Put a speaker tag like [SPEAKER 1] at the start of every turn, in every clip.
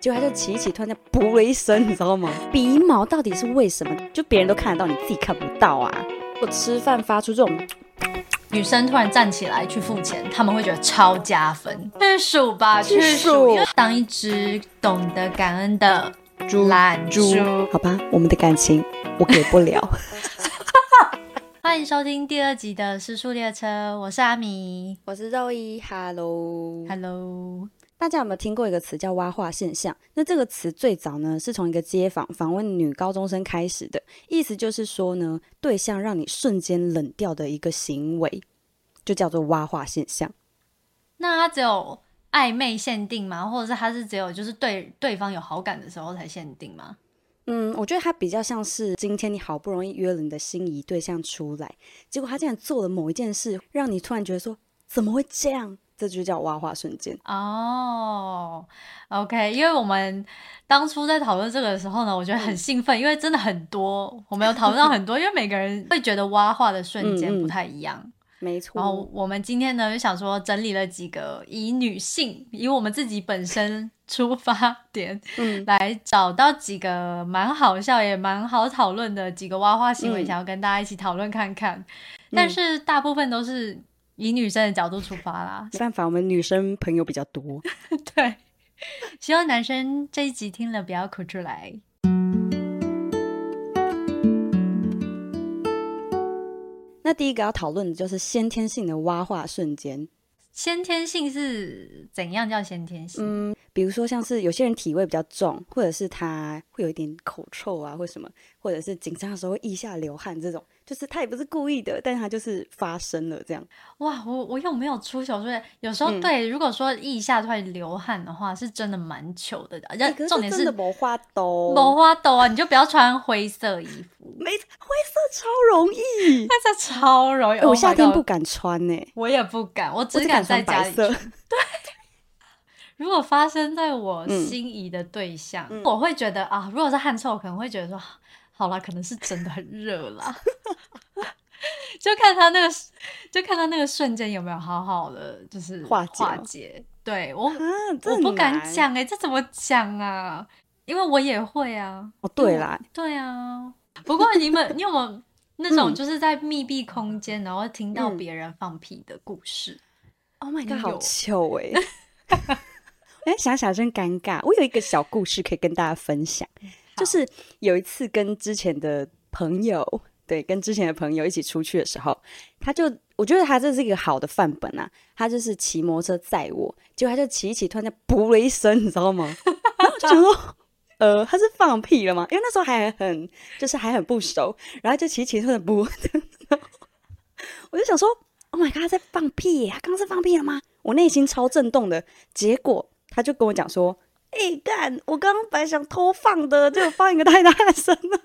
[SPEAKER 1] 结果他就骑一骑，突然间噗了一声，你知道吗？鼻毛到底是为什么？就别人都看得到，你自己看不到啊！我吃饭发出这种
[SPEAKER 2] 女生突然站起来去付钱，他们会觉得超加分。去数吧，
[SPEAKER 1] 去数
[SPEAKER 2] 去数，因为当一只懂得感恩的
[SPEAKER 1] 猪
[SPEAKER 2] 懒猪。
[SPEAKER 1] 好吧，我们的感情我给不了。
[SPEAKER 2] 欢迎收听第二集的《失速列车》，我是阿米。
[SPEAKER 1] 我是肉一，Hello。
[SPEAKER 2] Hello，
[SPEAKER 1] 大家有没有听过一个词叫“蛙化现象”？那这个词最早呢是从一个街访访问女高中生开始的，意思就是说呢，对象让你瞬间冷掉的一个行为，就叫做蛙化现象。
[SPEAKER 2] 那它只有暧昧限定吗？或者是它是只有就是对对方有好感的时候才限定吗？
[SPEAKER 1] 嗯，我觉得他比较像是今天你好不容易约了你的心仪对象出来，结果他竟然做了某一件事，让你突然觉得说怎么会这样？这就叫挖化瞬间。
[SPEAKER 2] 哦、o k 因为我们当初在讨论这个的时候呢，我觉得
[SPEAKER 1] 嗯
[SPEAKER 2] 很兴奋，因为真的很多，我们有讨论到很多，因为每个人会觉得挖话的瞬
[SPEAKER 1] 嗯嗯嗯
[SPEAKER 2] 间不太一样。
[SPEAKER 1] 没
[SPEAKER 2] 然后
[SPEAKER 1] 错，
[SPEAKER 2] 我们今天呢，就想说整理了几个以女性，以我们自己本 身出发点
[SPEAKER 1] 嗯，
[SPEAKER 2] 来找到几个蛮好笑也蛮好讨论的几个挖话行为，
[SPEAKER 1] 嗯
[SPEAKER 2] 想要跟大家一起讨论看看。但是大部分都是以女生的角度出 发啦，
[SPEAKER 1] 没办法，我们女生朋友比较多。
[SPEAKER 2] 对，希望男生这一集听了不要哭出来。
[SPEAKER 1] 那第一个要讨论的就是先天性的挖化瞬间。
[SPEAKER 2] 先天性是怎样叫先天性？
[SPEAKER 1] 嗯，比如说像是有些人体味比较重，或者是他会有一点口臭啊，或什么，或者是紧张的时候会腋下流汗这种，就是他也不是故意的，但是他就是发生了这样。
[SPEAKER 2] 哇，我我有没有出糗？所以有时候、
[SPEAKER 1] 嗯
[SPEAKER 2] 对，如果说腋下突然流汗的话，是真的蛮糗的。而且、
[SPEAKER 1] 哎可
[SPEAKER 2] 重点
[SPEAKER 1] 真
[SPEAKER 2] 是
[SPEAKER 1] 的某花都
[SPEAKER 2] 某花豆啊，你就不要穿灰色衣服，
[SPEAKER 1] 没灰色超容易，
[SPEAKER 2] 但是超容易。
[SPEAKER 1] 哎我夏天
[SPEAKER 2] Oh my
[SPEAKER 1] 不
[SPEAKER 2] god，
[SPEAKER 1] 敢穿呢、
[SPEAKER 2] 我也不敢，我
[SPEAKER 1] 我
[SPEAKER 2] 只
[SPEAKER 1] 只敢
[SPEAKER 2] 在
[SPEAKER 1] 穿
[SPEAKER 2] 家
[SPEAKER 1] 白
[SPEAKER 2] 里
[SPEAKER 1] 色
[SPEAKER 2] 穿。。如果发生在我
[SPEAKER 1] 嗯
[SPEAKER 2] 心仪的对象，
[SPEAKER 1] 嗯
[SPEAKER 2] 我会觉得啊，如果是汗臭，我可能会觉得说， 啊好啦，可能是真的很热啦。 就看他那个，就看他那个瞬间有没有好好的，就是
[SPEAKER 1] 化解
[SPEAKER 2] 化
[SPEAKER 1] 吗
[SPEAKER 2] 解。对我，
[SPEAKER 1] 啊，这
[SPEAKER 2] 我
[SPEAKER 1] 很
[SPEAKER 2] 不敢
[SPEAKER 1] 难。
[SPEAKER 2] 讲哎、这怎么讲啊？因为我也会啊。
[SPEAKER 1] 哦，对啦，
[SPEAKER 2] 对啊，不过你 们，你有没有那种
[SPEAKER 1] 嗯
[SPEAKER 2] 就是在密闭空间，然后听到
[SPEAKER 1] 嗯
[SPEAKER 2] 别人放屁的故事？
[SPEAKER 1] Oh my god，
[SPEAKER 2] 你
[SPEAKER 1] 好
[SPEAKER 2] 有
[SPEAKER 1] 糗 哎、欸！哎，想想真尴尬。我有一个小故事可以跟大家分享，就是有一次跟之前的朋友，对，跟之前的朋友一起出去的时候，他就我觉得他这是一个好的范本啊，他就是骑摩托车载我，结果他就骑一骑，突然间噗了一声，你知道吗？ 然后我就想说。呃，他是放屁了吗？因为那时候还很，就是还很不熟，然后就骑一骑突然噗， 我就想说，Oh my god，他在放屁耶！他刚刚是放屁了吗？我内心超震动的。结果他就跟我讲说：“哎、干，我刚刚本来想偷放的，就放一个太大声了。”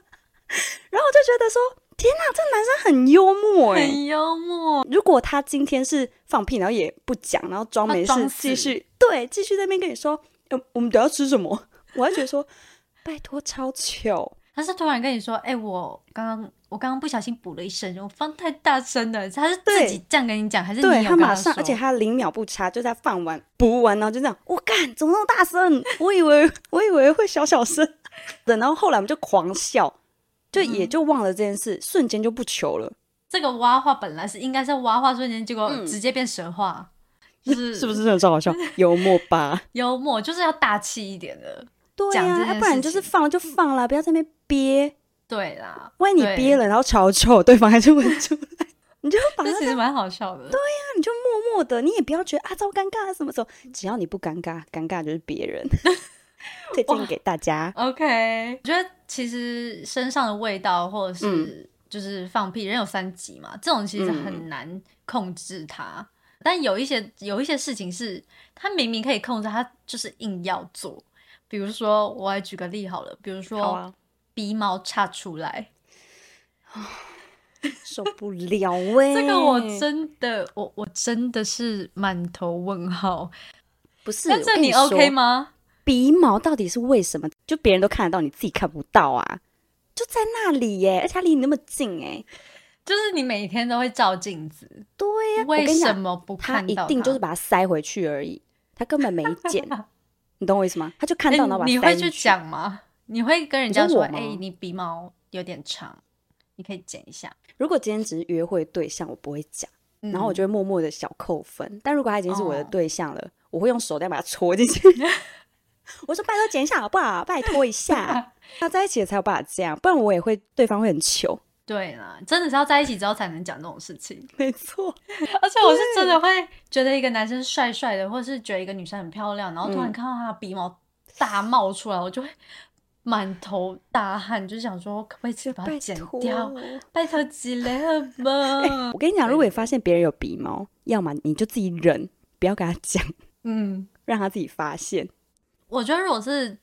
[SPEAKER 1] 然后我就觉得说：“天哪，这男生很幽默哎、
[SPEAKER 2] 很幽默，
[SPEAKER 1] 如果他今天是放屁，然后也不讲，然后装没
[SPEAKER 2] 他
[SPEAKER 1] 事，
[SPEAKER 2] 装死
[SPEAKER 1] 继续对，继续在那边跟你说，呃，我们等一下吃什么？ 我还觉得说，拜托，超糗。
[SPEAKER 2] 他是突然跟你说：“哎、我刚刚我刚刚不小心补了一声，我放太大声了。”他是
[SPEAKER 1] 对
[SPEAKER 2] 自己这样跟你讲，还是
[SPEAKER 1] 对
[SPEAKER 2] 你
[SPEAKER 1] 他
[SPEAKER 2] 有跟
[SPEAKER 1] 马
[SPEAKER 2] 他
[SPEAKER 1] 上，而且
[SPEAKER 2] 说
[SPEAKER 1] 他零秒不差，就在放完补完，然后就这样，我干，怎么那么大声？我以为我以为会小小声的，然后后来我们就狂笑，就也
[SPEAKER 2] 嗯
[SPEAKER 1] 就忘了这件事，瞬间就不求了，
[SPEAKER 2] 这个蛙话本来是应该是蛙话瞬间，结果
[SPEAKER 1] 嗯
[SPEAKER 2] 直接变 蛇话，就是
[SPEAKER 1] 是不是真的超好笑？幽默吧？
[SPEAKER 2] 幽默就是要大气一点的。
[SPEAKER 1] 对
[SPEAKER 2] 讲
[SPEAKER 1] 呀、
[SPEAKER 2] 这
[SPEAKER 1] 啊，
[SPEAKER 2] 件
[SPEAKER 1] 不然
[SPEAKER 2] 事
[SPEAKER 1] 就是
[SPEAKER 2] 情
[SPEAKER 1] 放就放啦，不要在那边憋。
[SPEAKER 2] 对啦，
[SPEAKER 1] 万一你
[SPEAKER 2] 对
[SPEAKER 1] 憋了，然后超臭，对方还是闻出来，你就把它
[SPEAKER 2] 这其实蛮好笑的。对，
[SPEAKER 1] 你就默默的，你也不要觉得啊，超尴尬啊，什么时候？只要你不尴尬，尴尬就是别 人。推荐给大家，
[SPEAKER 2] OK，我觉得其实身上的味道或者
[SPEAKER 1] 嗯
[SPEAKER 2] 是就是放屁，人有三级嘛，这种其实很难控制它。
[SPEAKER 1] 嗯
[SPEAKER 2] 但有一些有一些事情是他明明可以控制，他就是硬要做。比如说，我来举个例好了，比如
[SPEAKER 1] 好
[SPEAKER 2] 说
[SPEAKER 1] 啊
[SPEAKER 2] 鼻毛插出来，
[SPEAKER 1] 受不了欸喂、
[SPEAKER 2] 这个我真的我我真的是满头问号。
[SPEAKER 1] 不是。
[SPEAKER 2] 那
[SPEAKER 1] 我
[SPEAKER 2] 这
[SPEAKER 1] 跟你
[SPEAKER 2] 你 OK
[SPEAKER 1] 说？
[SPEAKER 2] 吗？
[SPEAKER 1] 鼻毛到底是为什么？就别人都看得到，你自己看不到啊，就在那里耶，而且它离你那么近哎。
[SPEAKER 2] 就是你每天都会照镜子，
[SPEAKER 1] 对哎呀、我
[SPEAKER 2] 为
[SPEAKER 1] 跟你
[SPEAKER 2] 什
[SPEAKER 1] 讲，
[SPEAKER 2] 么不
[SPEAKER 1] 他
[SPEAKER 2] 看
[SPEAKER 1] 一
[SPEAKER 2] 到它？
[SPEAKER 1] 定就是把它塞回去而已，他根本没剪。你懂我意思吗？他就看到然后把它
[SPEAKER 2] 哎你会
[SPEAKER 1] 塞
[SPEAKER 2] 去
[SPEAKER 1] 进
[SPEAKER 2] 讲吗？你会跟人
[SPEAKER 1] 你
[SPEAKER 2] 家
[SPEAKER 1] 说
[SPEAKER 2] 说，
[SPEAKER 1] 我
[SPEAKER 2] 哎、
[SPEAKER 1] 吗
[SPEAKER 2] 你鼻毛有点长，你可以剪一下。
[SPEAKER 1] 如果今天只是约会对象，我不会讲，
[SPEAKER 2] 嗯
[SPEAKER 1] 然后我就会默默的小扣分。但如果他已经是我的
[SPEAKER 2] 哦
[SPEAKER 1] 对象了，我会用手再把它戳进去。 我说拜托剪一下好不好？拜托一 下，要在一起了才有办法这样，不然我也会对方会很糗。
[SPEAKER 2] 对啦，真的是要在一起之后才能讲这种事 情。
[SPEAKER 1] 没错，
[SPEAKER 2] 而且我是真的会觉得一个男生帅帅的，或是觉得一个女生很漂亮，然后突然
[SPEAKER 1] 嗯
[SPEAKER 2] 看到她的鼻毛大冒出来，我就会满头大汗，就想说可不可以直接把它
[SPEAKER 1] 拜
[SPEAKER 2] 剪
[SPEAKER 1] 托。
[SPEAKER 2] 掉？拜托几雷了吧
[SPEAKER 1] 我跟你讲，
[SPEAKER 2] 对
[SPEAKER 1] 如果你发现别人有鼻毛，要么你就自己忍，不要跟他讲，
[SPEAKER 2] 嗯，
[SPEAKER 1] 让他自己发现。
[SPEAKER 2] 我觉得如果是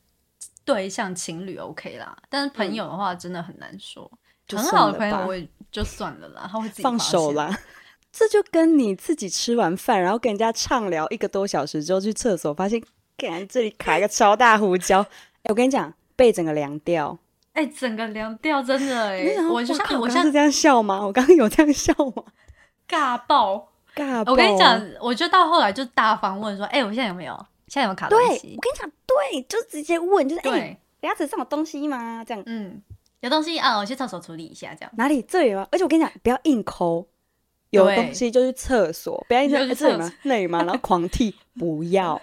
[SPEAKER 2] 对象情侣 OK 啦，但是
[SPEAKER 1] 嗯
[SPEAKER 2] 朋友的话真的很难说。
[SPEAKER 1] 就
[SPEAKER 2] 很
[SPEAKER 1] 算
[SPEAKER 2] 好
[SPEAKER 1] 了
[SPEAKER 2] 的朋友
[SPEAKER 1] 吧
[SPEAKER 2] 我也就算了啦，他会自己
[SPEAKER 1] 放
[SPEAKER 2] 发
[SPEAKER 1] 手
[SPEAKER 2] 现。
[SPEAKER 1] 啦。 这就跟你自己吃完饭，然后跟人家畅聊一个多小时之后去厕所，发现，干这里卡一个超大胡椒， 哎，我跟你讲，被整个凉掉。
[SPEAKER 2] 哎、整个凉掉，真的哎、
[SPEAKER 1] 你想说
[SPEAKER 2] 我就
[SPEAKER 1] 哇靠
[SPEAKER 2] 像
[SPEAKER 1] 我
[SPEAKER 2] 我
[SPEAKER 1] 刚刚是
[SPEAKER 2] 像
[SPEAKER 1] 这样笑吗？我刚刚有这样笑吗？
[SPEAKER 2] 尬爆。
[SPEAKER 1] 尬爆哦
[SPEAKER 2] 我跟你讲，我就到后来就大方问说，哎、我现在有没有？现在有没有卡
[SPEAKER 1] 对，
[SPEAKER 2] 东
[SPEAKER 1] 我跟
[SPEAKER 2] 西
[SPEAKER 1] 你？讲，对，就直接问，就是
[SPEAKER 2] 对，
[SPEAKER 1] 哎，牙齿上有东西吗？这样
[SPEAKER 2] 嗯，有东西啊，我去厕所处理一下，这样。
[SPEAKER 1] 哪里这里吗？而且我跟你讲，不要硬抠，有
[SPEAKER 2] 对
[SPEAKER 1] 东西就去厕所，不要一直
[SPEAKER 2] 你就去
[SPEAKER 1] 哎这里
[SPEAKER 2] 厕
[SPEAKER 1] 吗？那里吗？然后狂剃，不 要，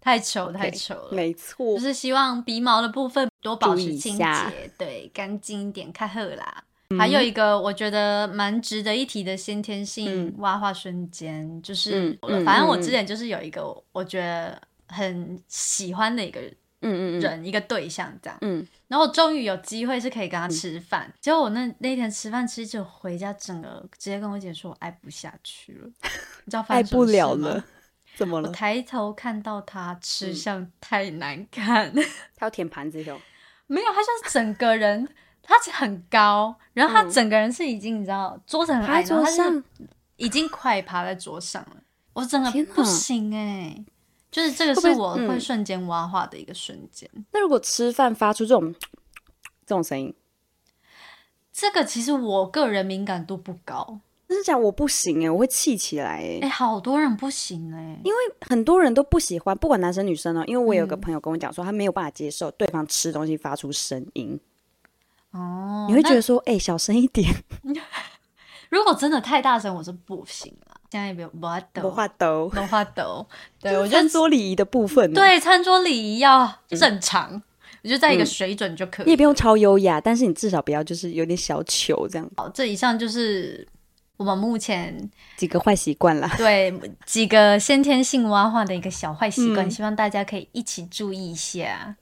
[SPEAKER 2] 太糗，太糗了。
[SPEAKER 1] 没
[SPEAKER 2] 就
[SPEAKER 1] 错，
[SPEAKER 2] 是希望鼻毛的部分多保
[SPEAKER 1] 注意
[SPEAKER 2] 持
[SPEAKER 1] 一
[SPEAKER 2] 清
[SPEAKER 1] 下嗯
[SPEAKER 2] 洁，对，干净一点，开喝啦。还有一个我觉得蛮值得一提的先天性
[SPEAKER 1] 嗯
[SPEAKER 2] 蛙化瞬间，就是、
[SPEAKER 1] 嗯嗯
[SPEAKER 2] 反正我
[SPEAKER 1] 嗯嗯
[SPEAKER 2] 之前就是有一个我觉得很喜欢的一个
[SPEAKER 1] 嗯嗯嗯
[SPEAKER 2] 人，一个对象这样。
[SPEAKER 1] 嗯，
[SPEAKER 2] 然后我终于有机会是可以跟他吃饭，结果我那那一天吃饭吃就回家，整个直接跟我姐说我爱不下去了， 你知道发
[SPEAKER 1] 爱
[SPEAKER 2] 生什
[SPEAKER 1] 不
[SPEAKER 2] 么事
[SPEAKER 1] 了
[SPEAKER 2] 吗
[SPEAKER 1] 了，怎么
[SPEAKER 2] 我
[SPEAKER 1] 了？
[SPEAKER 2] 抬头看到他吃
[SPEAKER 1] 嗯
[SPEAKER 2] 相太难看，
[SPEAKER 1] 他要舔盘子哟，
[SPEAKER 2] 没有，他就是整个人，他其实很高，然后他
[SPEAKER 1] 嗯
[SPEAKER 2] 整个人是已经你知道桌子很
[SPEAKER 1] 趴
[SPEAKER 2] 矮，
[SPEAKER 1] 在
[SPEAKER 2] 然后
[SPEAKER 1] 桌
[SPEAKER 2] 他就是
[SPEAKER 1] 上，
[SPEAKER 2] 已经快趴在桌上了，我整个
[SPEAKER 1] 天哪
[SPEAKER 2] 不行哎、就是这个
[SPEAKER 1] 会不会
[SPEAKER 2] 是我
[SPEAKER 1] 嗯
[SPEAKER 2] 会瞬间挖化的一个瞬间。
[SPEAKER 1] 那如果吃饭发出这种这种声音，
[SPEAKER 2] 这个其实我个人敏感度不高，
[SPEAKER 1] 那是讲我不行哎，我会气起来哎
[SPEAKER 2] 哎、。好多人不行哎、
[SPEAKER 1] 因为很多人都不喜欢，不管男生女生哦。因为我有个
[SPEAKER 2] 嗯
[SPEAKER 1] 朋友跟我讲说，他没有办法接受对方吃东西发出声音，
[SPEAKER 2] 哦，
[SPEAKER 1] 你会觉
[SPEAKER 2] 那
[SPEAKER 1] 得说，哎、小声一点，
[SPEAKER 2] 如果真的太大声，我是不行了。现在也没有没法抖，
[SPEAKER 1] 不话抖。
[SPEAKER 2] 没法抖。对，
[SPEAKER 1] 就
[SPEAKER 2] 我
[SPEAKER 1] 是
[SPEAKER 2] 觉得
[SPEAKER 1] 餐桌嗯礼仪的部分，，哦
[SPEAKER 2] 对，餐桌礼仪要正常，我觉得在
[SPEAKER 1] 嗯
[SPEAKER 2] 一个水准就可以。
[SPEAKER 1] 你也不用超优雅，但是你至少不要就是有点小糗这样，
[SPEAKER 2] 好，这以上就是我们目前
[SPEAKER 1] 几个坏习惯啦。
[SPEAKER 2] 对几个先天性蛙化的一个小坏习惯，
[SPEAKER 1] 嗯
[SPEAKER 2] 希望大家可以一起注意一下。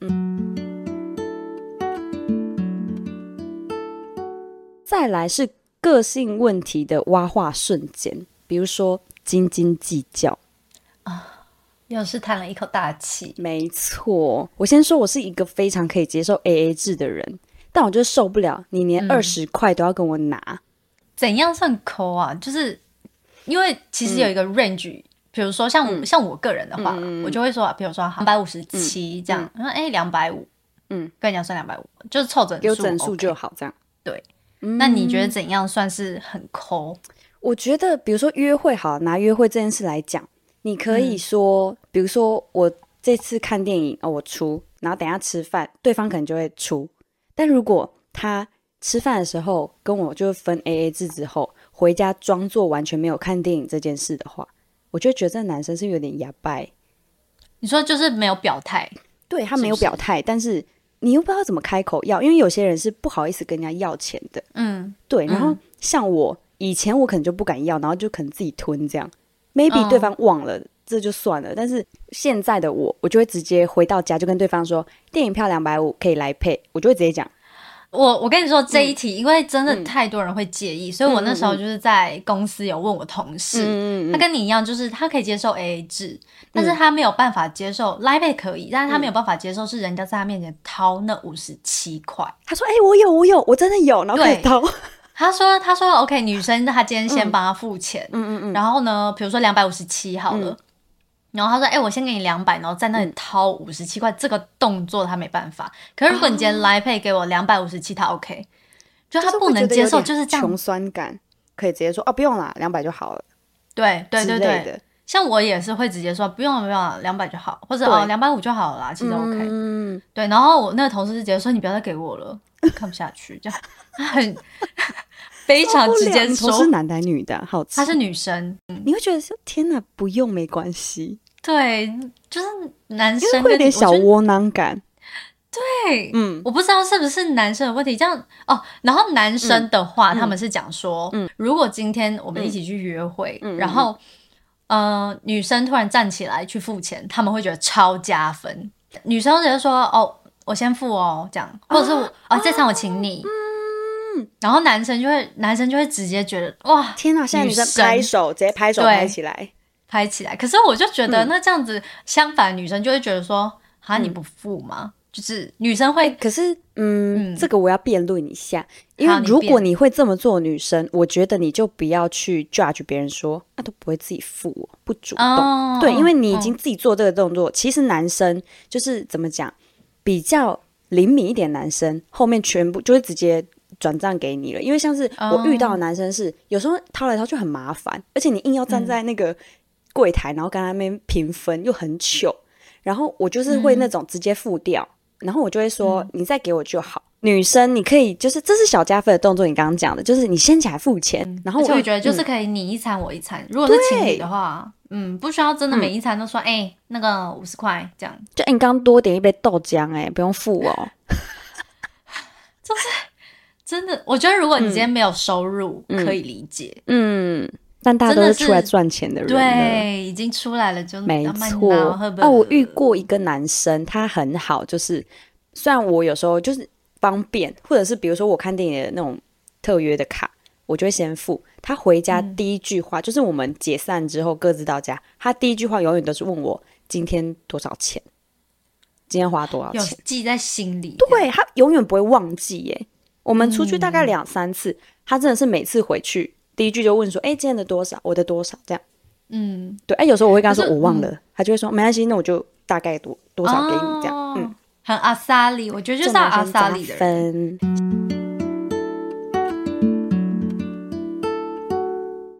[SPEAKER 1] 再来是个性问题的挖话瞬间，比如说斤斤计较。
[SPEAKER 2] 又是叹了一口大气，
[SPEAKER 1] 没错，我先说我是一个非常可以接受 A A 制的人，但我就是受不了你连
[SPEAKER 2] 嗯
[SPEAKER 1] 二十块都要跟我拿。
[SPEAKER 2] 怎样算抠啊？就是因为其实有一个
[SPEAKER 1] 嗯
[SPEAKER 2] range、比如说像我、像我个人的话，我就会说，比如说两百五十七这样，我说哎两百五，
[SPEAKER 1] 嗯，
[SPEAKER 2] 跟人家算两百五，就是凑整数，
[SPEAKER 1] 给我整数就
[SPEAKER 2] OK
[SPEAKER 1] 好，这样。
[SPEAKER 2] 对
[SPEAKER 1] 嗯
[SPEAKER 2] 那你觉得怎样算是很抠？
[SPEAKER 1] 我觉得，比如说约会好，拿约会这件事来讲，你可
[SPEAKER 2] 嗯
[SPEAKER 1] 以说，比如说我这次看电影哦，我出，然后等一下吃饭，对方可能就会出。但如果他吃饭的时候跟我就分 A A 制之后，回家装作完全没有看电影这件事的话，我就会觉得这男生是不是有点哑巴欸。
[SPEAKER 2] 你说就是没有表态，
[SPEAKER 1] 对他
[SPEAKER 2] 是
[SPEAKER 1] 没有
[SPEAKER 2] 不是
[SPEAKER 1] 表态，但是你又不知道怎么开口要，因为有些人是不好意思跟人家要钱的。
[SPEAKER 2] 嗯，
[SPEAKER 1] 对，然后
[SPEAKER 2] 嗯
[SPEAKER 1] 像我以前我可能就不敢要，然后就可能自己吞这样。maybe
[SPEAKER 2] 嗯
[SPEAKER 1] 对方忘了，这就算了。但是现在的我，我就会直接回到家就跟对方说，电影票两百五可以来配，我就会直接讲。
[SPEAKER 2] 我我跟你说
[SPEAKER 1] 嗯
[SPEAKER 2] 这一题，因为真的太多人会介意，所以我那时候就是在公司有问我同事，
[SPEAKER 1] 嗯
[SPEAKER 2] 他跟你一样，就是他可以接受 A A 制，但是他没有办法接受 l i v e 可以，但是他没有办法接受是人家在他面前掏那五十七块。
[SPEAKER 1] 他说：“哎、我有，我有，我真的有。”然后开
[SPEAKER 2] 对
[SPEAKER 1] 始掏。
[SPEAKER 2] 他说他说 OK，女生她今天先帮他付钱，
[SPEAKER 1] 嗯嗯 嗯，
[SPEAKER 2] 然后呢，比如说两百五十七好了。然后他说：“哎、我先给你两百，然后在那里
[SPEAKER 1] 嗯
[SPEAKER 2] 掏五十七块，这个动作他没办法。可是如果你今天来配给我两百五十七，他 OK，就他
[SPEAKER 1] 啊就是
[SPEAKER 2] 不
[SPEAKER 1] 会觉
[SPEAKER 2] 能
[SPEAKER 1] 得
[SPEAKER 2] 接
[SPEAKER 1] 有
[SPEAKER 2] 受，
[SPEAKER 1] 点
[SPEAKER 2] 就是这样
[SPEAKER 1] 穷酸感，可以直接说：“哦，不用啦，两百就好了。
[SPEAKER 2] 对”对
[SPEAKER 1] 之
[SPEAKER 2] 对
[SPEAKER 1] 类
[SPEAKER 2] 对，
[SPEAKER 1] 的。
[SPEAKER 2] 像我也是会直接说不用了不用了，两百就好，或者
[SPEAKER 1] 对
[SPEAKER 2] 哦两百五就好了啦，其实 OK。
[SPEAKER 1] 嗯，
[SPEAKER 2] 对，然后我那个同事是直接说你不要再给我了，看不下去，这样他很非常直接
[SPEAKER 1] 你
[SPEAKER 2] 说
[SPEAKER 1] 同，事男的还是女的啊？好奇，
[SPEAKER 2] 她是女生，
[SPEAKER 1] 你会觉得说天哪，不用没关系，对，
[SPEAKER 2] 就是男
[SPEAKER 1] 因为
[SPEAKER 2] 生
[SPEAKER 1] 会
[SPEAKER 2] 跟
[SPEAKER 1] 有点
[SPEAKER 2] 我
[SPEAKER 1] 小
[SPEAKER 2] 觉得
[SPEAKER 1] 窝囊感。
[SPEAKER 2] 对，
[SPEAKER 1] 嗯，
[SPEAKER 2] 我不知道是不是男生的问题，这样哦。然后男生的话，
[SPEAKER 1] 嗯
[SPEAKER 2] 他们是讲说，如果今天我们一起去约会，
[SPEAKER 1] 嗯嗯
[SPEAKER 2] 然后呃，女生突然站起来去付钱，他们会觉得超加分。女生直接说，哦，我先付哦，这样，
[SPEAKER 1] 啊
[SPEAKER 2] 或者是我，哦，这餐我请你。
[SPEAKER 1] 嗯
[SPEAKER 2] 然后男生就会，男生就会直接觉得哇，
[SPEAKER 1] 天啊哪，现在女生
[SPEAKER 2] 女生
[SPEAKER 1] 拍手，直接拍手
[SPEAKER 2] 对
[SPEAKER 1] 拍起来，
[SPEAKER 2] 拍起来。可是我就觉
[SPEAKER 1] 嗯
[SPEAKER 2] 得，那这样子，相反，女生就会觉得说，哈，你不付吗？就是女生会
[SPEAKER 1] 可是，嗯，
[SPEAKER 2] 嗯
[SPEAKER 1] 这个我要辩论一下，因
[SPEAKER 2] 好
[SPEAKER 1] 为
[SPEAKER 2] 你
[SPEAKER 1] 如果
[SPEAKER 2] 辩
[SPEAKER 1] 你会这么做，女生，我觉得你就不要去 judge 别人说，那、都不会自己付我，不主动。
[SPEAKER 2] 哦，
[SPEAKER 1] 哎对，因为你已
[SPEAKER 2] 嗯
[SPEAKER 1] 经自己做这个动作，其实男生就是怎么讲，比较灵敏一点，男生后面全部就会直接转账给你了。因为像是我遇到
[SPEAKER 2] 哦
[SPEAKER 1] 的男生是，有时候掏来掏去很麻烦，而且你硬要
[SPEAKER 2] 嗯
[SPEAKER 1] 站在那个柜台，然后跟他那边平分，又很糗。然后我就是
[SPEAKER 2] 嗯
[SPEAKER 1] 会那种直接付掉，然后我就会说、你再给我就好。女生，你可以就是这是小加菲的动作，你刚刚讲的，就是你先起来付钱，然后
[SPEAKER 2] 嗯而且
[SPEAKER 1] 我嗯
[SPEAKER 2] 我觉得就是可以你一餐我一餐，如果是情侣的话，嗯，不需要真的每一餐都说，哎、那个五十块这样，
[SPEAKER 1] 就、哎你刚刚多点一杯豆浆、哎，不用付哦。
[SPEAKER 2] 真的，我觉得如果你今天没有收入，可以理解，
[SPEAKER 1] 嗯，但大家
[SPEAKER 2] 真
[SPEAKER 1] 都
[SPEAKER 2] 的
[SPEAKER 1] 是出来
[SPEAKER 2] 是
[SPEAKER 1] 赚钱的人了。
[SPEAKER 2] 对，已经出来了就
[SPEAKER 1] 嗯没错。哦，
[SPEAKER 2] 哦，
[SPEAKER 1] 我遇过一个男生，他很好，就是虽然我有时候就是方便，或者是比如说我看电影的那种特约的卡，我就会先付。他回家第一句话、就是我们解散之后各自到家，他第一句话永远都是问我今天多少钱，今天花多少
[SPEAKER 2] 有
[SPEAKER 1] 钱。
[SPEAKER 2] 记在心里，
[SPEAKER 1] 对他永远不会忘记耶。我们出去大
[SPEAKER 2] 嗯
[SPEAKER 1] 概两三次，他真的是每次回去第一句就问说：“哎、今天的多少？我的多少？”这样
[SPEAKER 2] 嗯，
[SPEAKER 1] 对。哎、有时候我会跟他说
[SPEAKER 2] 可是嗯
[SPEAKER 1] 我忘了，他就会说没关系，那我就大概多多少给你这样。
[SPEAKER 2] 哦
[SPEAKER 1] 嗯，
[SPEAKER 2] 很阿萨里，我觉得就是
[SPEAKER 1] 这
[SPEAKER 2] 要
[SPEAKER 1] 男
[SPEAKER 2] 阿
[SPEAKER 1] 生
[SPEAKER 2] 萨
[SPEAKER 1] 加
[SPEAKER 2] 里的人，
[SPEAKER 1] 分。嗯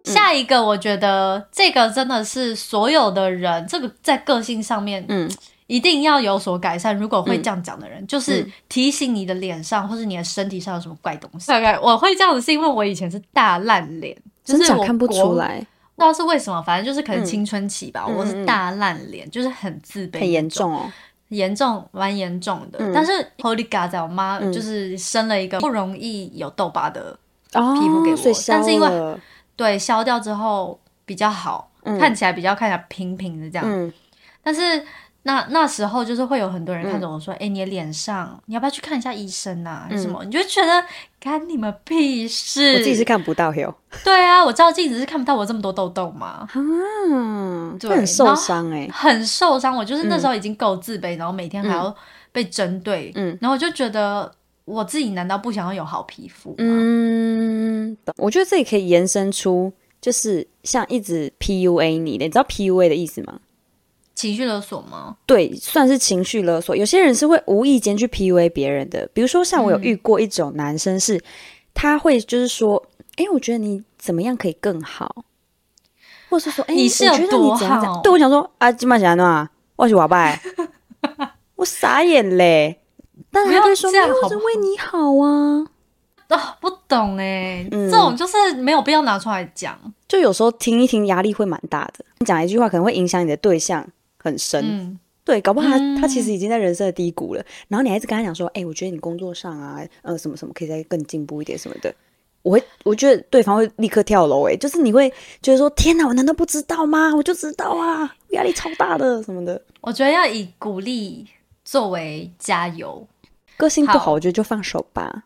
[SPEAKER 2] 下一个，我觉得这个真的是所有的人，这个在个性上面，
[SPEAKER 1] 嗯，
[SPEAKER 2] 一定要有所改善。如果会这样讲的人，
[SPEAKER 1] 嗯
[SPEAKER 2] 就是提醒你的脸上或是你的身体上有什么怪东西。
[SPEAKER 1] 嗯
[SPEAKER 2] 大概我会这样子，是因为我以前是大烂脸，就
[SPEAKER 1] 真
[SPEAKER 2] 是
[SPEAKER 1] 假
[SPEAKER 2] 我
[SPEAKER 1] 看不
[SPEAKER 2] 国
[SPEAKER 1] 出，来，
[SPEAKER 2] 不知道是为什么，反正就是可能青春期吧，
[SPEAKER 1] 嗯
[SPEAKER 2] 我是大烂脸，就是很自卑，
[SPEAKER 1] 很严，重哦。
[SPEAKER 2] 严重蛮严重的。
[SPEAKER 1] 嗯
[SPEAKER 2] 但是 Holy God，在我妈
[SPEAKER 1] 嗯
[SPEAKER 2] 就是生了一个不容易有痘疤的
[SPEAKER 1] 哦，
[SPEAKER 2] 皮肤给我
[SPEAKER 1] 所以消
[SPEAKER 2] 但是因为
[SPEAKER 1] 了
[SPEAKER 2] 对，消掉之后比较好，
[SPEAKER 1] 嗯
[SPEAKER 2] 看起来比较看起来平平的这样。
[SPEAKER 1] 嗯
[SPEAKER 2] 但是那那时候就是会有很多人看着我说：“哎、你的脸上，你要不要去看一下医生啊？还是什么？”你就觉得干你们屁事。
[SPEAKER 1] 嗯我自己是看不到哟，
[SPEAKER 2] 对啊，我照镜子是看不到我这么多痘痘 嘛，
[SPEAKER 1] 嗯，
[SPEAKER 2] 对
[SPEAKER 1] 会很受
[SPEAKER 2] 然后
[SPEAKER 1] 伤哎。
[SPEAKER 2] 很受伤。我就是那时候已经够自卑，然后每天还要被针对，
[SPEAKER 1] 嗯
[SPEAKER 2] 然后我就觉得我自己难道不想要有好皮肤吗？
[SPEAKER 1] 嗯，懂我觉得这里可以延伸出，就是像一直 PUA 你的，你知道 PUA 的意思吗？
[SPEAKER 2] 情绪勒索吗？
[SPEAKER 1] 对，算是情绪勒索。有些人是会无意间去 PUA 别人的，比如说像我
[SPEAKER 2] 嗯
[SPEAKER 1] 有遇过一种男生是，他会就是说，哎、我觉得你怎么样可以更好，或是说，哎、
[SPEAKER 2] 你是
[SPEAKER 1] 我
[SPEAKER 2] 有
[SPEAKER 1] 觉得
[SPEAKER 2] 多
[SPEAKER 1] 你怎样怎
[SPEAKER 2] 好
[SPEAKER 1] 样？对我想说啊，金马奖啊，我是瓦 拜，我傻眼嘞。但是他就会说，
[SPEAKER 2] 不
[SPEAKER 1] 没
[SPEAKER 2] 要这
[SPEAKER 1] 有，
[SPEAKER 2] 样
[SPEAKER 1] 我
[SPEAKER 2] 好
[SPEAKER 1] 是
[SPEAKER 2] 不好
[SPEAKER 1] 为你好啊。
[SPEAKER 2] 啊，不懂哎、
[SPEAKER 1] 嗯
[SPEAKER 2] 这种就是没有必要拿出来讲。
[SPEAKER 1] 就有时候听一听，压力会蛮大的。你讲一句话可能会影响你的对象很深，
[SPEAKER 2] 嗯，
[SPEAKER 1] 对，搞不好他、
[SPEAKER 2] 嗯
[SPEAKER 1] 他其实已经在人生的低谷了，然后你还一直跟他讲说，哎、我觉得你工作上啊，呃，什么什么可以再更进步一点什么的。我会，我觉得对方会立刻跳楼、哎，就是你会觉得说，天哪，我难道不知道吗？我就知道啊，压力超大的什么的，
[SPEAKER 2] 我觉得要以鼓励作为加油。
[SPEAKER 1] 个性不好，
[SPEAKER 2] 好
[SPEAKER 1] 我觉得就放手吧。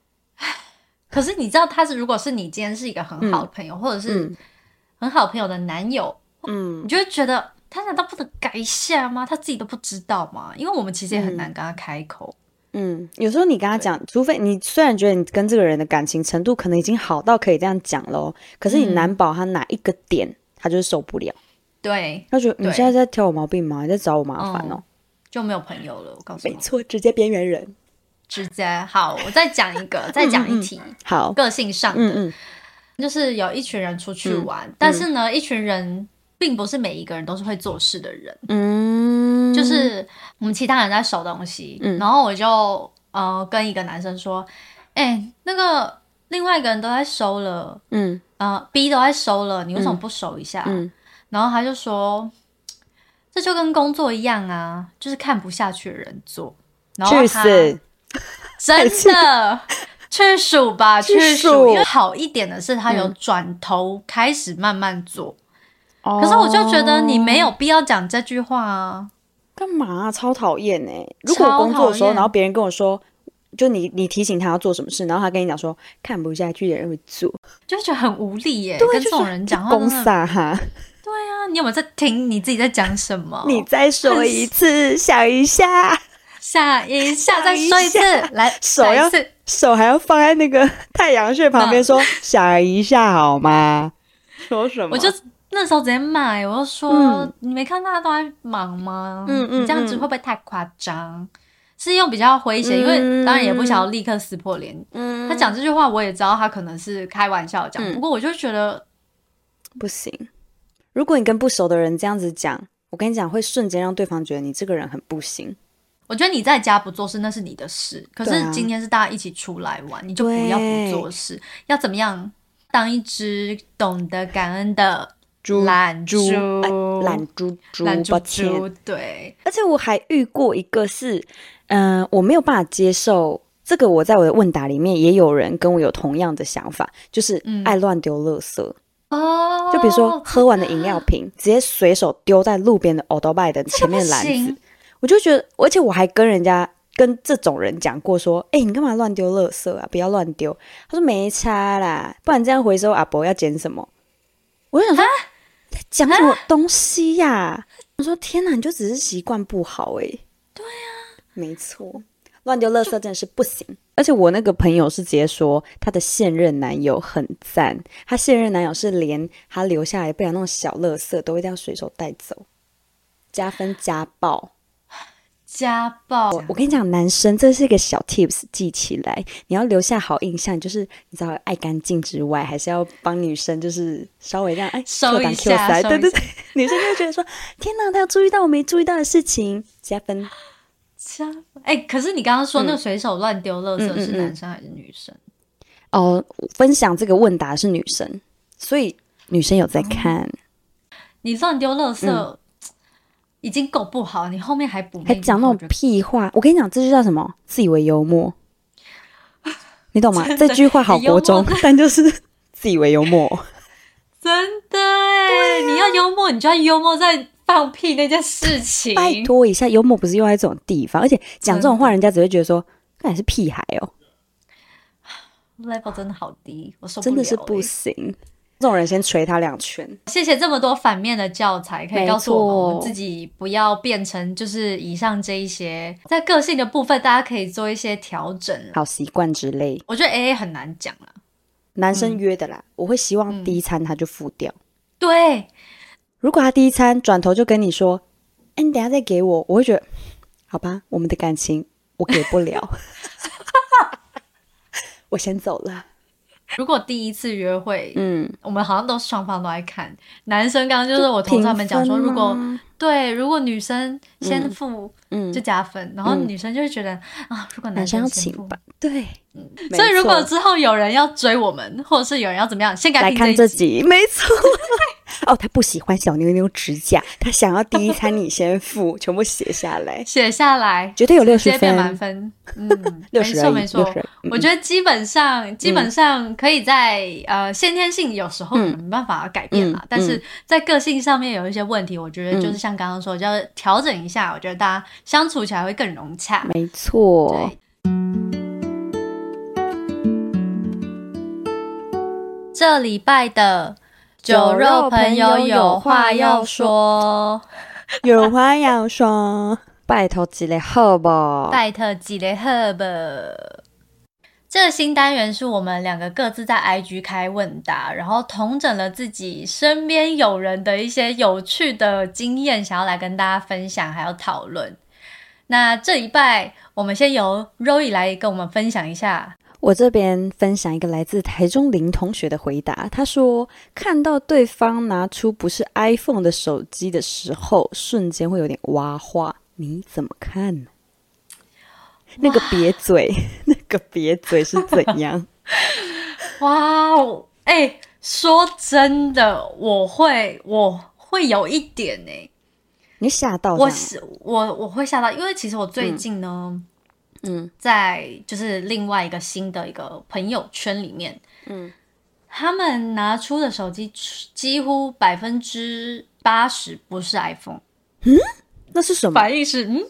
[SPEAKER 2] 可是你知道，他是如果是你今天是一个很好的朋友，或者是
[SPEAKER 1] 嗯
[SPEAKER 2] 很好朋友的男友，
[SPEAKER 1] 嗯
[SPEAKER 2] 你就会觉得他难道不能改一下吗？他自己都不知道吗？因为我们其实也很难跟他开口。
[SPEAKER 1] 嗯，有时候你跟他讲，除非你虽然觉得你跟这个人的感情程度可能已经好到可以这样讲喽，可是你
[SPEAKER 2] 嗯
[SPEAKER 1] 难保他哪一个点他就是受不了。
[SPEAKER 2] 对，
[SPEAKER 1] 他觉得你
[SPEAKER 2] 对
[SPEAKER 1] 现在在挑我毛病吗？你在找我麻烦哦、
[SPEAKER 2] 嗯就没有朋友了。我告诉
[SPEAKER 1] 没
[SPEAKER 2] 你，
[SPEAKER 1] 错，直接边缘人。
[SPEAKER 2] 直接好，我再讲一 个，再讲一题，
[SPEAKER 1] 好，
[SPEAKER 2] 个性上的。
[SPEAKER 1] 嗯嗯嗯嗯
[SPEAKER 2] 就是有一群人出去玩，但是呢，一群人并不是每一个人都是会做事的人，
[SPEAKER 1] 嗯，
[SPEAKER 2] 就是我们其他人在守东西，
[SPEAKER 1] 嗯
[SPEAKER 2] 然后我就呃跟一个男生说，哎、那个另外一个人都在收了，
[SPEAKER 1] 嗯
[SPEAKER 2] 呃 B 都在收了，你为什么不收一下？
[SPEAKER 1] 嗯
[SPEAKER 2] 然后他就说，这就跟工作一样啊，就是看不下去的人做，然后
[SPEAKER 1] 去
[SPEAKER 2] 他
[SPEAKER 1] 死，
[SPEAKER 2] 真的。去数吧，
[SPEAKER 1] 去
[SPEAKER 2] 去
[SPEAKER 1] 数
[SPEAKER 2] 数。因为好一点的是，他有
[SPEAKER 1] 嗯
[SPEAKER 2] 转头开始慢慢做。
[SPEAKER 1] 可
[SPEAKER 2] 可是我就觉得你
[SPEAKER 1] 哦
[SPEAKER 2] 没有必要讲这句话啊。
[SPEAKER 1] 干嘛、超讨厌哎！如果我工作的时
[SPEAKER 2] 超讨
[SPEAKER 1] 候，
[SPEAKER 2] 厌
[SPEAKER 1] 然后别人跟我说，就你你提醒他要做什么事，然后他跟你讲说看不下去的人会做，
[SPEAKER 2] 就觉得很无力耶、
[SPEAKER 1] 对，
[SPEAKER 2] 跟
[SPEAKER 1] 就
[SPEAKER 2] 这
[SPEAKER 1] 是
[SPEAKER 2] 种人讲话
[SPEAKER 1] 公啊
[SPEAKER 2] 真的。
[SPEAKER 1] 撒哈，
[SPEAKER 2] 对啊，你有没有在听你自己在讲什么？
[SPEAKER 1] 你再说一次，想一下，
[SPEAKER 2] 下一下再
[SPEAKER 1] 想一
[SPEAKER 2] 说一次，来，
[SPEAKER 1] 手
[SPEAKER 2] 来
[SPEAKER 1] 要
[SPEAKER 2] 一次，
[SPEAKER 1] 手还要放在那个太阳穴旁边，
[SPEAKER 2] 嗯
[SPEAKER 1] 说想一下好吗？说什么？
[SPEAKER 2] 我就那时候直接骂耶、我就说、
[SPEAKER 1] 嗯
[SPEAKER 2] 你没看大家都在忙吗？
[SPEAKER 1] 嗯嗯
[SPEAKER 2] 你这样子
[SPEAKER 1] 嗯
[SPEAKER 2] 会不会太夸张？是用比较诙谐，因为当然也不想要立刻撕破脸。
[SPEAKER 1] 嗯
[SPEAKER 2] 他讲这句话，我也知道他可能是开玩笑讲，
[SPEAKER 1] 嗯
[SPEAKER 2] 不过我就觉得
[SPEAKER 1] 不行。如果你跟不熟的人这样子讲，我跟你讲，会瞬间让对方觉得你这个人很不行。
[SPEAKER 2] 我觉得你在家不做事那是你的事，可
[SPEAKER 1] 对
[SPEAKER 2] 是
[SPEAKER 1] 啊
[SPEAKER 2] 今天是大家一起出来玩，你就不要不做事，要怎么样？当一只懂得感恩的
[SPEAKER 1] 猪
[SPEAKER 2] 懒
[SPEAKER 1] 猪
[SPEAKER 2] 猪
[SPEAKER 1] 哎，懒猪猪，
[SPEAKER 2] 懒猪
[SPEAKER 1] 抱歉。
[SPEAKER 2] 猪，对，
[SPEAKER 1] 而且我还遇过一个是，嗯、我没有办法接受这个。我在我的问答里面也有人跟我有同样的想法，就是
[SPEAKER 2] 嗯
[SPEAKER 1] 爱乱丢垃圾。
[SPEAKER 2] 哦，
[SPEAKER 1] 就比如说喝完的饮料瓶，直接随手丢在路边的 o d o b i 的
[SPEAKER 2] 这
[SPEAKER 1] 前
[SPEAKER 2] 个不
[SPEAKER 1] 面篮
[SPEAKER 2] 行
[SPEAKER 1] 子，，我就觉得，而且我还跟人家跟这种人讲过说，哎、你干嘛乱丢垃圾啊？不要乱丢。他说没差啦，不然这样回收阿伯要捡什么？我就
[SPEAKER 2] 啊
[SPEAKER 1] 想说，在讲什么东西呀、我说天哪，你就只是习惯不好哎、对呀、没错，乱丢垃圾真的是不行。而且我那个朋友是直接说，她的现任男友很赞，她现任男友是连她留下来不了那种小垃圾都会这样随手带走，加分加爆。
[SPEAKER 2] 家暴，
[SPEAKER 1] 我我跟你讲，男生这是一个小 tips，记起来，你要留下好印象，就是你知道爱干净之外，还是要帮女生就是稍微让哎
[SPEAKER 2] 收
[SPEAKER 1] Q 档
[SPEAKER 2] 一
[SPEAKER 1] Q
[SPEAKER 2] 下
[SPEAKER 1] 塞，
[SPEAKER 2] 收
[SPEAKER 1] 对
[SPEAKER 2] 一
[SPEAKER 1] 对
[SPEAKER 2] 下
[SPEAKER 1] 对，女生就会觉得说天哪，他有注意到我没注意到的事情，加分。
[SPEAKER 2] 家，哎、可是你刚刚说
[SPEAKER 1] 嗯
[SPEAKER 2] 那个随手乱丢垃圾
[SPEAKER 1] 嗯嗯
[SPEAKER 2] 是
[SPEAKER 1] 嗯
[SPEAKER 2] 男生还是女生？
[SPEAKER 1] 哦，分享这个问答是女生，所以女生有在看，
[SPEAKER 2] 哦你乱丢垃圾、
[SPEAKER 1] 嗯
[SPEAKER 2] 已经够不好，你后面还补
[SPEAKER 1] 还
[SPEAKER 2] 那
[SPEAKER 1] 讲
[SPEAKER 2] 句
[SPEAKER 1] 那
[SPEAKER 2] 话
[SPEAKER 1] 种屁话。我跟你讲，这就叫什么？自以为幽默，你懂吗？
[SPEAKER 2] 真的
[SPEAKER 1] 这句话好
[SPEAKER 2] 很幽
[SPEAKER 1] 国
[SPEAKER 2] 默
[SPEAKER 1] 中，但就是自以为幽默。
[SPEAKER 2] 真的哎、
[SPEAKER 1] 啊
[SPEAKER 2] 你要幽默，你就要幽默在放屁那件事情。
[SPEAKER 1] 拜托一下，幽默不是用在这种地方，而且讲这种话，人家只会觉得说，那你是屁孩哦，
[SPEAKER 2] level 真的好低，我受不了、
[SPEAKER 1] 真的是不
[SPEAKER 2] 欸
[SPEAKER 1] 行。这种人先捶他两拳，
[SPEAKER 2] 谢谢这么多反面的教材，可以
[SPEAKER 1] 没
[SPEAKER 2] 告诉我们我们
[SPEAKER 1] 错
[SPEAKER 2] 自己不要变成就是以上这一些，在个性的部分大家可以做一些调整啦。
[SPEAKER 1] 好习惯之类。
[SPEAKER 2] 我觉得 A A 很难讲啊啦，
[SPEAKER 1] 男生约的啦，我会希望
[SPEAKER 2] 嗯
[SPEAKER 1] 第一餐他就付掉。
[SPEAKER 2] 对，
[SPEAKER 1] 如果他第一餐转头就跟你说，哎、你等一下再给我，我会觉得，好吧，我们的感情我给不了， 我先走了。
[SPEAKER 2] 如果第一次约会，
[SPEAKER 1] 嗯，
[SPEAKER 2] 我们好像都双方都爱看。男生刚刚就是我同事他们讲说，
[SPEAKER 1] 评分啊
[SPEAKER 2] 如果
[SPEAKER 1] 吗
[SPEAKER 2] 对，如果女生先
[SPEAKER 1] 嗯
[SPEAKER 2] 付
[SPEAKER 1] 嗯
[SPEAKER 2] 就，加分，然后女生就会觉得啊，如果
[SPEAKER 1] 男生
[SPEAKER 2] 生
[SPEAKER 1] 要
[SPEAKER 2] 先
[SPEAKER 1] 请
[SPEAKER 2] 付嗯
[SPEAKER 1] 吧，对，没
[SPEAKER 2] 所以如果
[SPEAKER 1] 错
[SPEAKER 2] 之后有人要追我们，或者是有人要怎么样，先
[SPEAKER 1] 来
[SPEAKER 2] 改
[SPEAKER 1] 看
[SPEAKER 2] 听
[SPEAKER 1] 这
[SPEAKER 2] 一集。
[SPEAKER 1] 集，没错。 哦，他不喜欢小妞妞指甲，他想要第一餐你先付，全部写下来，
[SPEAKER 2] 写下来，
[SPEAKER 1] 绝对有六
[SPEAKER 2] 直
[SPEAKER 1] 十
[SPEAKER 2] 接变满
[SPEAKER 1] 分，
[SPEAKER 2] 分。嗯，
[SPEAKER 1] 六
[SPEAKER 2] 没
[SPEAKER 1] 十
[SPEAKER 2] 错
[SPEAKER 1] 而已，
[SPEAKER 2] 没
[SPEAKER 1] 六十而
[SPEAKER 2] 错
[SPEAKER 1] 已。。
[SPEAKER 2] 我觉得基本上基本上可以在呃先天性有时候可
[SPEAKER 1] 嗯
[SPEAKER 2] 能没办法改变啦，
[SPEAKER 1] 嗯
[SPEAKER 2] 但是在个性上面有一些问题，我觉得就是像刚刚说，就要调整一下，我觉得大家相处起来会更融洽
[SPEAKER 1] 嗯得。没错
[SPEAKER 2] 对。这礼拜的酒肉朋友有话要说，
[SPEAKER 1] 有话要说，拜托积累好不？
[SPEAKER 2] 拜特吉雷赫吧。这个新单元是我们两个各自在 IG 开问答，然后统整了自己身边友人的一些有趣的经验，想要来跟大家分享，还有讨论。那这一拜，我们先由 Roy 来跟我们分享一下
[SPEAKER 1] 我这边分享一个来自台中林同学的回答，他说看到对方拿出不是 iPhone 的手机的时候，瞬间会有点哇化，你怎么看呢？那个瘪嘴， 那个瘪嘴是怎样？
[SPEAKER 2] 哇哦，哎、说真的，我会我会有一点哎、
[SPEAKER 1] 你吓到这
[SPEAKER 2] 我
[SPEAKER 1] 样
[SPEAKER 2] 是我我会吓到，因为其实我最近呢，
[SPEAKER 1] 嗯，
[SPEAKER 2] 在就是另外一个新的一个朋友圈里面，
[SPEAKER 1] 嗯，
[SPEAKER 2] 他们拿出的手机几乎百分之八十不是 iPhone，
[SPEAKER 1] 那是什么？
[SPEAKER 2] 反应是嗯，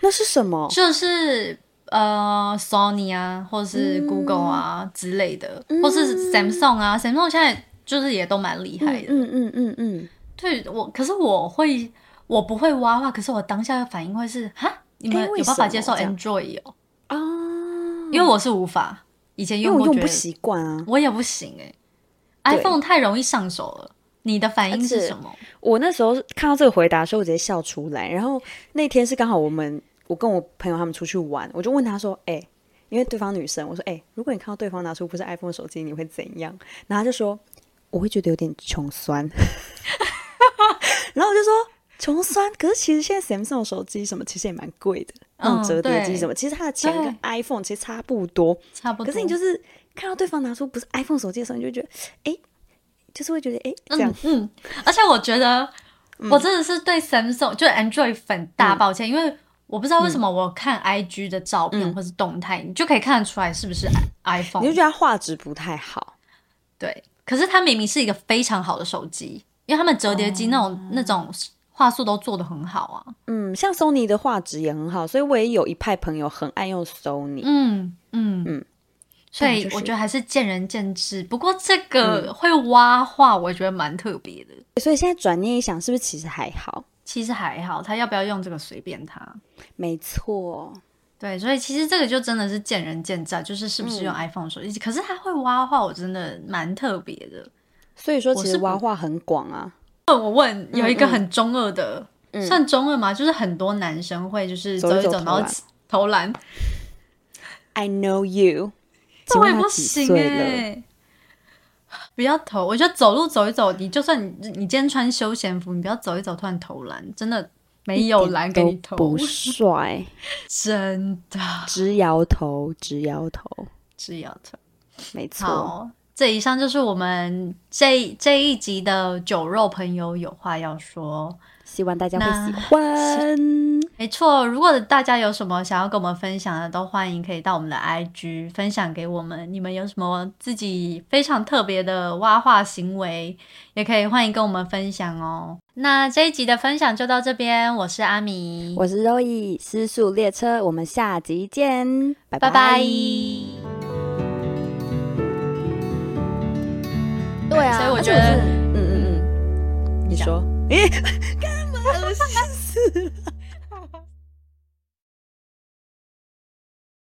[SPEAKER 1] 那是什么？
[SPEAKER 2] 就是呃 Sony 啊，或
[SPEAKER 1] 嗯
[SPEAKER 2] 是 Google 啊、之类的，或是 Samsung 啊，Samsung 现在就是也都蛮厉害的，
[SPEAKER 1] 嗯嗯嗯嗯，
[SPEAKER 2] 对我，可是我会，我不会挖话，可是我当下的反应会是哈，你
[SPEAKER 1] 诶
[SPEAKER 2] 们
[SPEAKER 1] 为
[SPEAKER 2] 有办法
[SPEAKER 1] 什
[SPEAKER 2] 接
[SPEAKER 1] 么
[SPEAKER 2] 受
[SPEAKER 1] 这样
[SPEAKER 2] Android 哦？
[SPEAKER 1] 啊，
[SPEAKER 2] 因为我是无法，以前
[SPEAKER 1] 因为
[SPEAKER 2] 用
[SPEAKER 1] 我
[SPEAKER 2] 过，
[SPEAKER 1] 用
[SPEAKER 2] 觉
[SPEAKER 1] 不
[SPEAKER 2] 得
[SPEAKER 1] 习惯啊。
[SPEAKER 2] 我也不行哎、
[SPEAKER 1] 对
[SPEAKER 2] iPhone 太容易上手了。你的反应
[SPEAKER 1] 而
[SPEAKER 2] 是
[SPEAKER 1] 且
[SPEAKER 2] 什么？
[SPEAKER 1] 我那时候看到这个回答的时候，我直接笑出来。然后那天是刚好我们，我跟我朋友他们出去玩，我就问他说：“哎、因为对方女生，我说：哎、如果你看到对方拿出不是 iPhone 手机，你会怎样？”然后他就说：“我会觉得有点穷 酸。”然后我就说：“穷酸，可是其实现在 Samsung 手机什么其实也蛮贵的，那种
[SPEAKER 2] 嗯
[SPEAKER 1] 折叠机
[SPEAKER 2] 对
[SPEAKER 1] 什么，其实它的钱跟
[SPEAKER 2] 对
[SPEAKER 1] iPhone 其实差不多。
[SPEAKER 2] 差不
[SPEAKER 1] 可
[SPEAKER 2] 多。
[SPEAKER 1] 是你就是看到对方拿出不是 iPhone 手机的时候，你就觉得，哎、就是会觉得，哎、这样
[SPEAKER 2] 嗯。嗯，而且我觉得
[SPEAKER 1] 嗯
[SPEAKER 2] 我真的是对 Samsung 就是 Android 粉大抱歉，因为我不知道为
[SPEAKER 1] 嗯
[SPEAKER 2] 什么我看 IG 的照片或是动态，你就可以看得出来是不是 iPhone
[SPEAKER 1] 你就。觉得它画质不太好。
[SPEAKER 2] 对，可是它明明是一个非常好的手机，因为他们折叠
[SPEAKER 1] 哦
[SPEAKER 2] 机那种、那种画素都做得很好啊。
[SPEAKER 1] 嗯，像 Sony 的画质也很好，所以我也有一派朋友很爱用 Sony。
[SPEAKER 2] 嗯嗯嗯，所以
[SPEAKER 1] 就是嗯
[SPEAKER 2] 我觉得还是见仁见智。不过这个会挖画，我觉得蛮特别的。
[SPEAKER 1] 所以现在转念一想，是不是其实还好？
[SPEAKER 2] 其实还好，他要不要用这个随便他。
[SPEAKER 1] 没错，
[SPEAKER 2] 对，所以其实这个就真的是见仁见智，啊，就是是不是
[SPEAKER 1] 嗯
[SPEAKER 2] 用 iPhone 手机。可是他会挖画，我真的蛮特别的。
[SPEAKER 1] 所以说其
[SPEAKER 2] 我
[SPEAKER 1] 实
[SPEAKER 2] 是不
[SPEAKER 1] 挖画很广啊。
[SPEAKER 2] 我问有一个
[SPEAKER 1] 嗯
[SPEAKER 2] 很中二的，算中二吗？就是很多男生会就是
[SPEAKER 1] 走
[SPEAKER 2] 走
[SPEAKER 1] 一
[SPEAKER 2] 一
[SPEAKER 1] 走
[SPEAKER 2] 走，然
[SPEAKER 1] 投
[SPEAKER 2] 后
[SPEAKER 1] 篮
[SPEAKER 2] 起投篮，
[SPEAKER 1] I know you，
[SPEAKER 2] 这
[SPEAKER 1] 请
[SPEAKER 2] 我也
[SPEAKER 1] 问
[SPEAKER 2] 不
[SPEAKER 1] 他几
[SPEAKER 2] 行
[SPEAKER 1] 岁了？
[SPEAKER 2] 欸不要投，我觉得走路走一走，你就算你你今天穿休闲服，你不要走一走突然投篮，真的没有篮给你
[SPEAKER 1] 都
[SPEAKER 2] 投，
[SPEAKER 1] 不帅，
[SPEAKER 2] 真的
[SPEAKER 1] 直摇头，直摇头，
[SPEAKER 2] 只有投。
[SPEAKER 1] 没 错。
[SPEAKER 2] 好，这以上就是我们这这一集的酒肉朋友有话要说。
[SPEAKER 1] 希望大家会
[SPEAKER 2] 那
[SPEAKER 1] 喜欢。
[SPEAKER 2] 没错，如果大家有什么想要跟我们分享的，都欢迎可以到我们的 IG 分享给我们。你们有什么自己非常特别的挖话行为，也可以欢迎跟我们分享哦。那这一集的分享就到这边，我是阿米，
[SPEAKER 1] 我是 Roy，失速列车，我们下集见，拜拜
[SPEAKER 2] 拜拜。
[SPEAKER 1] 对啊，
[SPEAKER 2] 所以我
[SPEAKER 1] 而且
[SPEAKER 2] 觉得
[SPEAKER 1] 是嗯嗯嗯，你
[SPEAKER 2] 你讲
[SPEAKER 1] 说，诶，干嘛？我心死了。